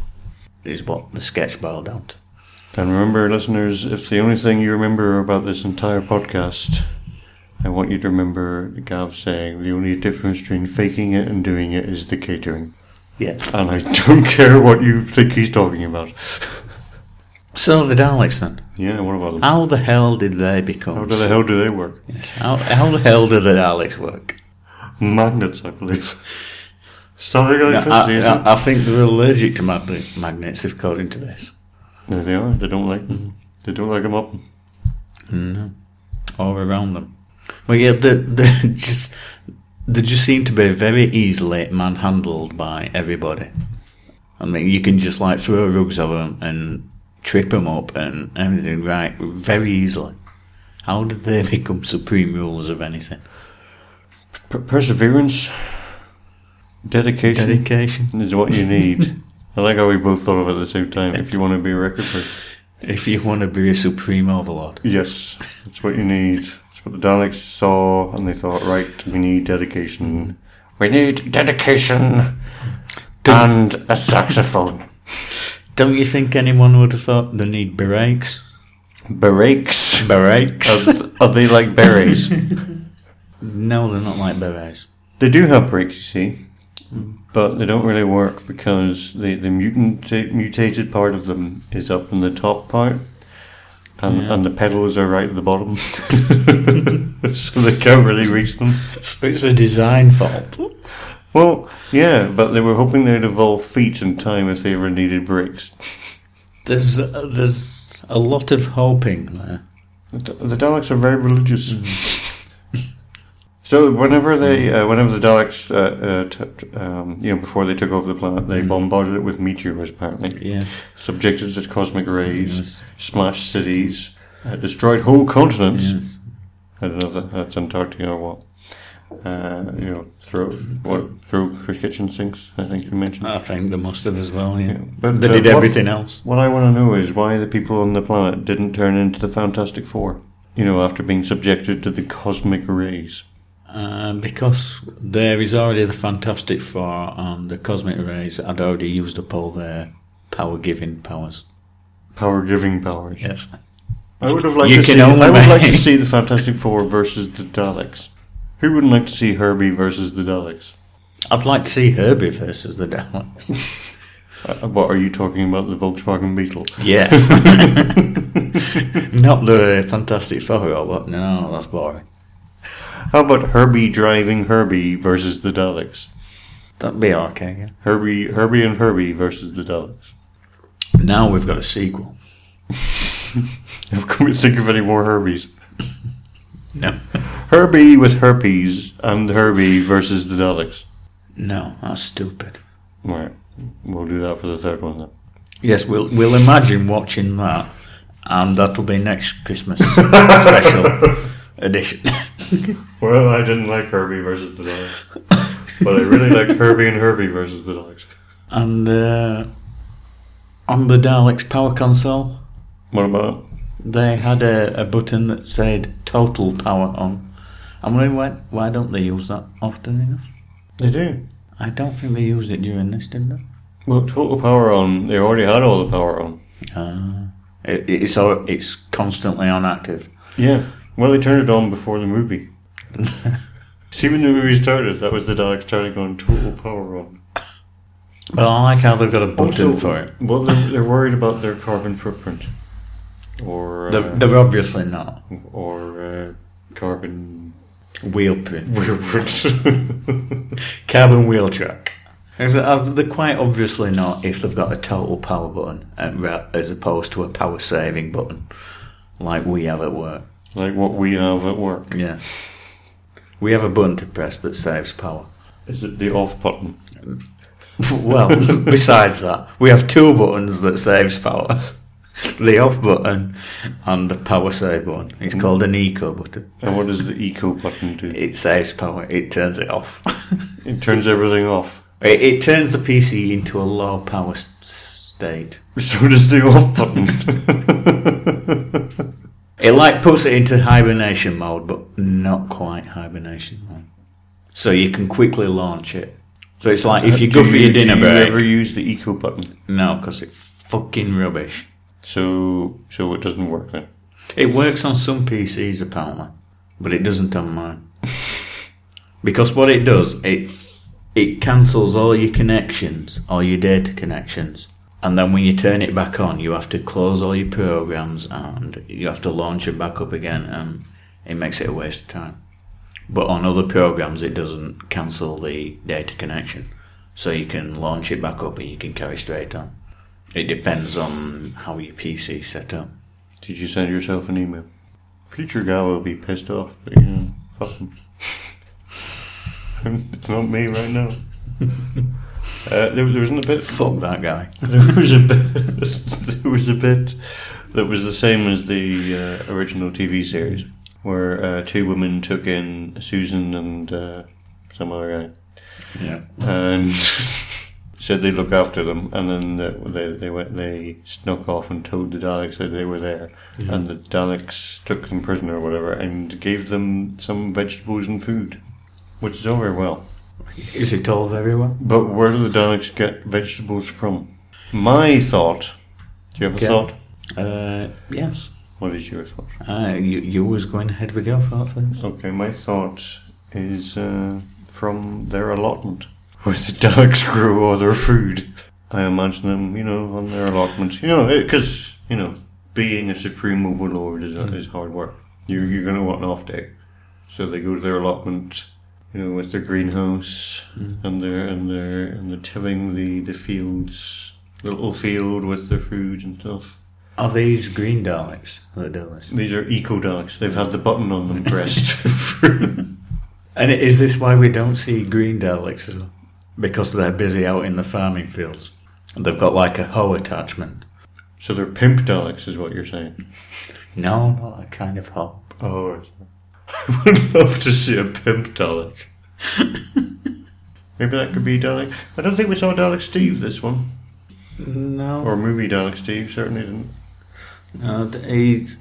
[SPEAKER 1] is what the sketch boiled down to.
[SPEAKER 2] And remember, listeners, if the only thing you remember about this entire podcast, I want you to remember the Gav saying the only difference between faking it and doing it is the catering.
[SPEAKER 1] Yes.
[SPEAKER 2] And I [laughs] don't care what you think he's talking about.
[SPEAKER 1] So the Daleks then.
[SPEAKER 2] Yeah, what about them?
[SPEAKER 1] How the hell did they become?
[SPEAKER 2] How do the hell do they work?
[SPEAKER 1] Yes. How, how the hell do the Daleks work?
[SPEAKER 2] Magnets, I believe. [laughs] Static
[SPEAKER 1] No,
[SPEAKER 2] electricity,
[SPEAKER 1] I,
[SPEAKER 2] isn't
[SPEAKER 1] I, I think they're allergic to mag- magnets, according to this.
[SPEAKER 2] it? There they are. They don't like them. They don't like them up.
[SPEAKER 1] Mm, All around them. Well, yeah, they, they [laughs] just they just seem to be very easily manhandled by everybody. I mean, you can just like throw rugs at them and trip them up and everything right very easily. How did they [laughs] become supreme rulers of anything?
[SPEAKER 2] Per- perseverance, dedication
[SPEAKER 1] Dedication.
[SPEAKER 2] is what you [laughs] need. I like how we both thought of it at the same time. If you want to be a record person.
[SPEAKER 1] If you want to be a supreme overlord.
[SPEAKER 2] Yes, that's what you need. That's what the Daleks saw, and they thought, right, we need dedication. We need dedication and a saxophone.
[SPEAKER 1] Don't you think anyone would have thought they need brakes?
[SPEAKER 2] Berets.
[SPEAKER 1] Brakes?
[SPEAKER 2] Are they like berries?
[SPEAKER 1] [laughs] no, they're not like berets.
[SPEAKER 2] they do have brakes, you see, but they don't really work because the, the mutant, mutated part of them is up in the top part. And, and the pedals are right at the bottom, [laughs] so they can't really reach them.
[SPEAKER 1] So it's a design fault.
[SPEAKER 2] Well, yeah, but they were hoping they'd evolve feet in time if they ever needed brakes.
[SPEAKER 1] There's uh, there's a lot of hoping there.
[SPEAKER 2] The, the Daleks are very religious. so [laughs] So whenever they, uh, whenever the Daleks, uh, uh, t- t- um, you know, before they took over the planet, they bombarded it with meteors. Apparently,
[SPEAKER 1] Yeah.
[SPEAKER 2] subjected it to cosmic rays,
[SPEAKER 1] Yes.
[SPEAKER 2] smashed cities, uh, destroyed whole continents.
[SPEAKER 1] Yes.
[SPEAKER 2] I don't know if that's Antarctica or what. Uh, you know, through what through kitchen sinks. I think you mentioned.
[SPEAKER 1] I think they must have as well. Yeah.
[SPEAKER 2] Yeah, but,
[SPEAKER 1] they
[SPEAKER 2] uh,
[SPEAKER 1] did
[SPEAKER 2] what-
[SPEAKER 1] everything else.
[SPEAKER 2] What I want to know is why the people on the planet didn't turn into the Fantastic Four. You know, after being subjected to the cosmic rays.
[SPEAKER 1] Uh, because there is already the Fantastic Four and the Cosmic Rays had already used up all their power giving powers.
[SPEAKER 2] Power giving powers.
[SPEAKER 1] Yes.
[SPEAKER 2] I would have liked
[SPEAKER 1] You
[SPEAKER 2] to
[SPEAKER 1] can
[SPEAKER 2] see.
[SPEAKER 1] only
[SPEAKER 2] I would like to
[SPEAKER 1] make- [laughs]
[SPEAKER 2] see the Fantastic Four versus the Daleks. Who wouldn't like to see Herbie versus the Daleks?
[SPEAKER 1] I'd like to see Herbie versus the Daleks. [laughs]
[SPEAKER 2] Uh, what are you talking about? The Volkswagen Beetle. [laughs]
[SPEAKER 1] Yes. Not the Fantastic Four or what? No, that's boring.
[SPEAKER 2] How about Herbie driving Herbie versus the Daleks?
[SPEAKER 1] That'd be okay. Yeah.
[SPEAKER 2] Herbie, Herbie and Herbie versus the Daleks. [laughs]
[SPEAKER 1] Now we've got a sequel.
[SPEAKER 2] Can we think of any more Herbies?
[SPEAKER 1] No. [laughs]
[SPEAKER 2] Herbie with herpes and Herbie versus the Daleks.
[SPEAKER 1] No, that's stupid.
[SPEAKER 2] Right, we'll do that for the third one then.
[SPEAKER 1] Yes, we'll we'll imagine watching that, and that'll be next Christmas special edition.
[SPEAKER 2] Well, I didn't like Herbie versus the Daleks, [laughs] but I really liked Herbie and Herbie versus the Daleks.
[SPEAKER 1] and uh, on the Daleks power console,
[SPEAKER 2] What about it?
[SPEAKER 1] they had a, a button that said "Total Power On." I'm wondering why why don't they use that often enough?
[SPEAKER 2] They do.
[SPEAKER 1] I don't think they used it during this, did they?
[SPEAKER 2] Well, total power on. They already had all the power on.
[SPEAKER 1] Uh, it, it's all, it's constantly on active.
[SPEAKER 2] Yeah. Well, they turned it on before the movie. [laughs] See, when the movie started, that was the Daleks trying to go on total power on.
[SPEAKER 1] But I like how they've got a button
[SPEAKER 2] Also-
[SPEAKER 1] for it.
[SPEAKER 2] Well, they're, they're worried about their carbon footprint, or uh,
[SPEAKER 1] They're, they're obviously not
[SPEAKER 2] or uh, carbon [laughs]
[SPEAKER 1] wheel print.
[SPEAKER 2] footprint.
[SPEAKER 1] Carbon wheel track. As, as uh, they're quite obviously not if they've got a total power button uh, ra- as opposed to a power saving button like we have at work.
[SPEAKER 2] like what we have at work.
[SPEAKER 1] Yes. We have a button to press that saves power. [laughs]
[SPEAKER 2] Is it the off button?
[SPEAKER 1] Well, [laughs] besides that, we have two buttons that saves power. [laughs] The off button and the power save button. It's called an eco button.
[SPEAKER 2] And what does the eco button do?
[SPEAKER 1] It saves power. It turns it off. [laughs]
[SPEAKER 2] It turns everything off. [laughs]
[SPEAKER 1] it, it turns the PC into a low power s- state.
[SPEAKER 2] So does the off button.
[SPEAKER 1] It like puts it into hibernation mode, but not quite hibernation mode. So you can quickly launch it. So it's like if you go
[SPEAKER 2] Uh, [laughs] Do
[SPEAKER 1] for your dinner
[SPEAKER 2] do
[SPEAKER 1] break.
[SPEAKER 2] you ever use the eco button?
[SPEAKER 1] No, because it's fucking rubbish.
[SPEAKER 2] So, so it doesn't work then.
[SPEAKER 1] It works on some PCs apparently, but it doesn't on mine. because what it does, it it cancels all your connections, all your data connections, and then when you turn it back on, you have to close all your programs and you have to launch it back up again, and it makes it a waste of time. But on other programs, it doesn't cancel the data connection, so you can launch it back up and you can carry straight on. It depends on how your PC is set up.
[SPEAKER 2] Did you send yourself an email? Future guy will be pissed off. But, you know, fuck him. [laughs] it's not me right now. [laughs] Uh, there, there was a bit.
[SPEAKER 1] Fuck that guy.
[SPEAKER 2] [laughs] There was a bit. [laughs] There was a bit that was the same as the uh, original TV series, where uh, two women took in Susan and uh, some other
[SPEAKER 1] Yeah.
[SPEAKER 2] guy, and [laughs] said they look after them, and then the, they they went they snuck off and told the Daleks that they were there, and the Daleks took them prisoner or whatever, and gave them some vegetables and food, which is all very well.
[SPEAKER 1] Is it all very well?
[SPEAKER 2] But where do the Daleks get vegetables from? My thought. Do you have a
[SPEAKER 1] Okay.
[SPEAKER 2] thought?
[SPEAKER 1] Uh, yes.
[SPEAKER 2] What is your thought?
[SPEAKER 1] Uh, you, you was going ahead with your thought first.
[SPEAKER 2] Okay, my thought is uh, from their allotment, where [laughs] the Daleks grew all their food. I imagine them, you know, on their allotment. You know, because you know, being a supreme overlord is, is hard work. You you're gonna want an off day, so they go to their allotment. You know, with their greenhouse and their and their and they're tilling the the fields, little field with their food and stuff.
[SPEAKER 1] Are these green Daleks that do this?
[SPEAKER 2] These are eco Daleks. They've had the button on them pressed.
[SPEAKER 1] And is this why we don't see green Daleks as well? Because they're busy out in the farming fields. And they've got like a hoe attachment.
[SPEAKER 2] So they're pimp Daleks, is what you're saying.
[SPEAKER 1] No, not that kind of hoe.
[SPEAKER 2] Oh, right. [laughs] I would love to see a pimp Dalek. Maybe that could be Dalek. I don't think we saw Dalek Steve this one.
[SPEAKER 1] No.
[SPEAKER 2] Or movie Dalek Steve, certainly didn't.
[SPEAKER 1] no th- Uh, he's,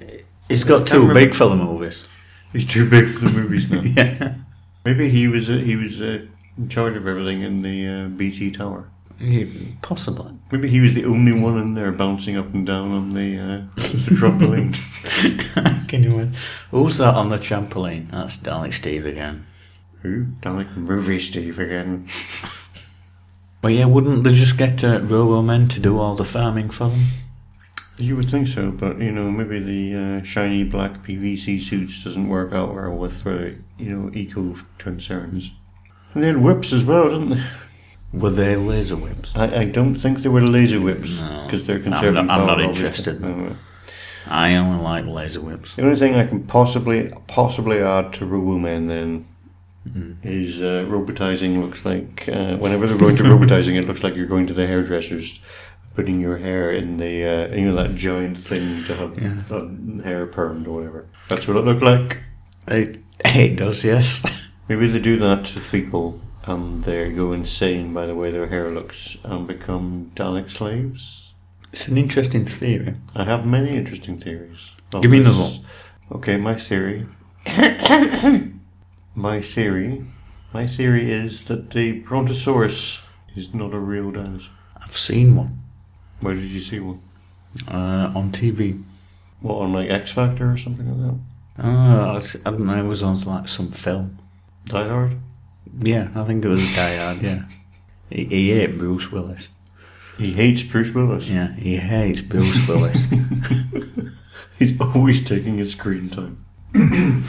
[SPEAKER 1] he's got two
[SPEAKER 2] remember-
[SPEAKER 1] big fella movies. [laughs]
[SPEAKER 2] He's too big for the movies now.
[SPEAKER 1] Yeah.
[SPEAKER 2] Maybe he was uh, he was uh, in charge of everything in the uh, BT Tower.
[SPEAKER 1] Possibly.
[SPEAKER 2] Maybe he was the only one in there bouncing up and down on the, uh, the trampoline.
[SPEAKER 1] Can you win? Who's that on the trampoline? That's Dalek Steve again.
[SPEAKER 2] Who? Dalek movie Steve again.
[SPEAKER 1] Well, yeah, wouldn't they just get uh, Robo Men to do all the farming for them?
[SPEAKER 2] You would think so, but you know maybe the uh, shiny black PVC suits doesn't work out well with the you know eco concerns. And they had whips as well, didn't they?
[SPEAKER 1] Were they laser whips?
[SPEAKER 2] I, I don't think they were laser whips
[SPEAKER 1] No.
[SPEAKER 2] because they're
[SPEAKER 1] I'm not-
[SPEAKER 2] conservative.
[SPEAKER 1] I'm
[SPEAKER 2] power,
[SPEAKER 1] not
[SPEAKER 2] obviously.
[SPEAKER 1] interested.
[SPEAKER 2] No.
[SPEAKER 1] I only like laser whips.
[SPEAKER 2] The only thing I can possibly possibly add to Robo Man then is uh, robotizing looks like uh, whenever they're going to robotizing, it looks like you're going to the hairdressers, putting your hair in the uh, you know that giant thing to have
[SPEAKER 1] Yeah.
[SPEAKER 2] uh, hair permed or whatever. That's what it looked like.
[SPEAKER 1] It, [laughs] it does, yes. [laughs]
[SPEAKER 2] Maybe they do that to people and they go insane by the way their hair looks and become Dalek slaves.
[SPEAKER 1] It's an interesting theory.
[SPEAKER 2] I have many interesting theories. of
[SPEAKER 1] Give me
[SPEAKER 2] this.
[SPEAKER 1] another one.
[SPEAKER 2] Okay, my theory. [coughs] my theory. My theory is that the Brontosaurus is not a real dinosaur.
[SPEAKER 1] I've seen one
[SPEAKER 2] Where did you see one?
[SPEAKER 1] uh, on TV.
[SPEAKER 2] What, on like X Factor or something like
[SPEAKER 1] Oh, I don't know, it was on like some film.
[SPEAKER 2] that? Die Hard?
[SPEAKER 1] Yeah, I think it was Die Hard, yeah. [laughs] He, he ate Bruce Willis.
[SPEAKER 2] He hates Bruce Willis. [laughs]
[SPEAKER 1] Yeah, he hates Bruce Willis.
[SPEAKER 2] He's always taking his screen time. [coughs]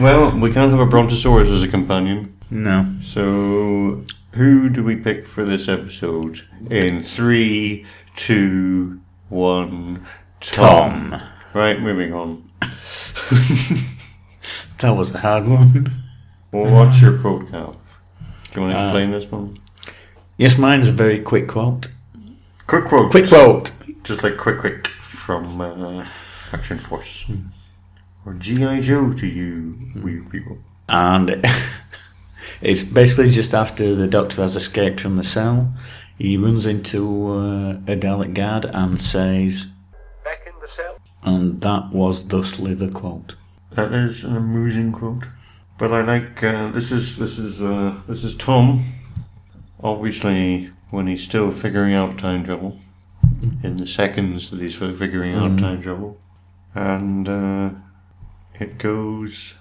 [SPEAKER 2] well, we can't have a Brontosaurus as a companion.
[SPEAKER 1] [laughs] No.
[SPEAKER 2] So, who do we pick for this episode? In three, two, one, Tom.
[SPEAKER 1] Tom.
[SPEAKER 2] Right, moving on.
[SPEAKER 1] That was a hard one. [laughs]
[SPEAKER 2] Well, what's your quote, Cal? Do you want
[SPEAKER 1] Uh,
[SPEAKER 2] to explain this one?
[SPEAKER 1] Yes, mine's a very quick quote.
[SPEAKER 2] Quick quote.
[SPEAKER 1] Quick quote!
[SPEAKER 2] Just like quick, quick from uh, Action Force.
[SPEAKER 1] Hmm.
[SPEAKER 2] Or G.I. Joe to you, we people.
[SPEAKER 1] And [laughs] it's basically just after the doctor has escaped from the cell, he runs into uh, a Dalek guard and says,
[SPEAKER 3] Back in the cell?
[SPEAKER 1] and that was thusly the quote.
[SPEAKER 2] That is an amusing quote. But I like uh, this is this is uh, this is Tom. Obviously, when he's still figuring out time travel, in the seconds that he's still figuring out time travel, and uh, it goes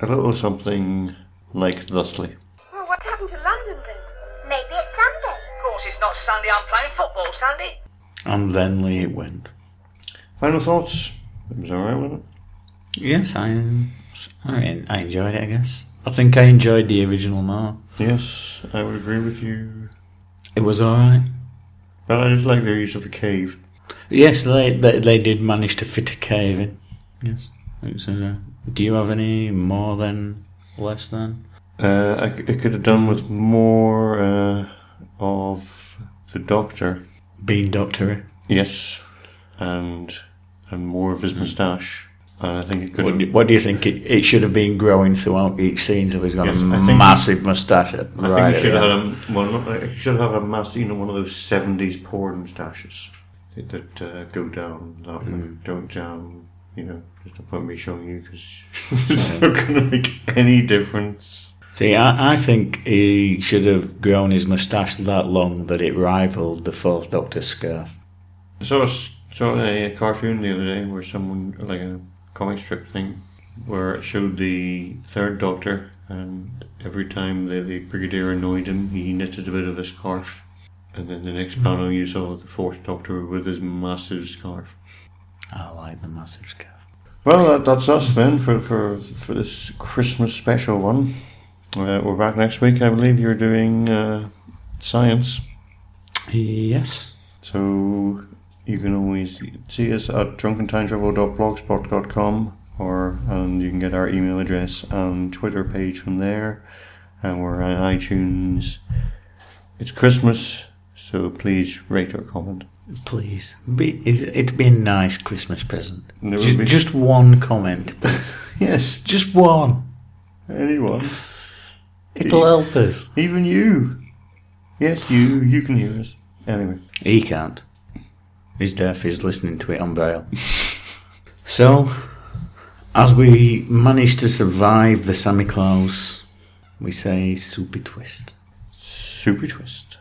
[SPEAKER 2] a little something like thusly.
[SPEAKER 4] Well, what happened to London then?
[SPEAKER 5] Maybe it's Sunday.
[SPEAKER 3] Of course, it's not Sunday. I'm playing football Sunday.
[SPEAKER 1] And then Lee it went.
[SPEAKER 2] Final thoughts. It was alright, wasn't it?
[SPEAKER 1] Yes, I, I, en- I enjoyed it, I guess. I think I enjoyed the original more.
[SPEAKER 2] Yes, I would agree with you.
[SPEAKER 1] It was alright.
[SPEAKER 2] But I just like their use of a cave.
[SPEAKER 1] Yes, they, they they did manage to fit a cave in. Yes. It was, uh, do you have any more than, less than?
[SPEAKER 2] Uh, I, c- I could have done with more uh, of the Doctor.
[SPEAKER 1] Being doctor.
[SPEAKER 2] Yes, and and more of his moustache. And I think it could.
[SPEAKER 1] What do,
[SPEAKER 2] Have,
[SPEAKER 1] what do you think it, it should have been growing throughout each scene? So he's got
[SPEAKER 2] Yes,
[SPEAKER 1] a
[SPEAKER 2] I think-
[SPEAKER 1] massive moustache. at-
[SPEAKER 2] I
[SPEAKER 1] right
[SPEAKER 2] think
[SPEAKER 1] at
[SPEAKER 2] it should
[SPEAKER 1] the
[SPEAKER 2] have had
[SPEAKER 1] end.
[SPEAKER 2] a well, not, it should have had a mass, you know, one of those seventies porn moustaches that, that uh, go down, that don't down. You know, just don't point me showing you because [laughs] it's not going to make any difference.
[SPEAKER 1] See, I, I think he should have grown his moustache that long that it rivaled the fourth Doctor's scarf.
[SPEAKER 2] I saw a, s- saw a cartoon the other day where someone, like a comic strip thing, where it showed the third doctor, and every time the, the Brigadier annoyed him, he knitted a bit of a scarf. And then the next panel, you saw the fourth doctor with his massive scarf.
[SPEAKER 1] I like the massive scarf.
[SPEAKER 2] Well, that, that's us then for, for, for this Christmas special one. Uh, we're back next week. I believe you're doing uh, science.
[SPEAKER 1] Yes.
[SPEAKER 2] So you can always see us at drunkentimesravel.blogspot.com or and you can get our email address and Twitter page from there. And we're on iTunes. It's Christmas, so please rate or comment. [laughs]
[SPEAKER 1] Please. Be, is, it'd be a nice Christmas present.
[SPEAKER 2] There
[SPEAKER 1] Ju-
[SPEAKER 2] would be-
[SPEAKER 1] Just one comment, please.
[SPEAKER 2] Yes,
[SPEAKER 1] just one.
[SPEAKER 2] anyone,
[SPEAKER 1] It'll help us.
[SPEAKER 2] even you. Yes, you. You can hear us. Anyway,
[SPEAKER 1] He can't. He's deaf, he's listening to it on braille. [laughs] so, as we manage to survive the Sammy Claus, we say Soupy Twist.
[SPEAKER 2] super twist.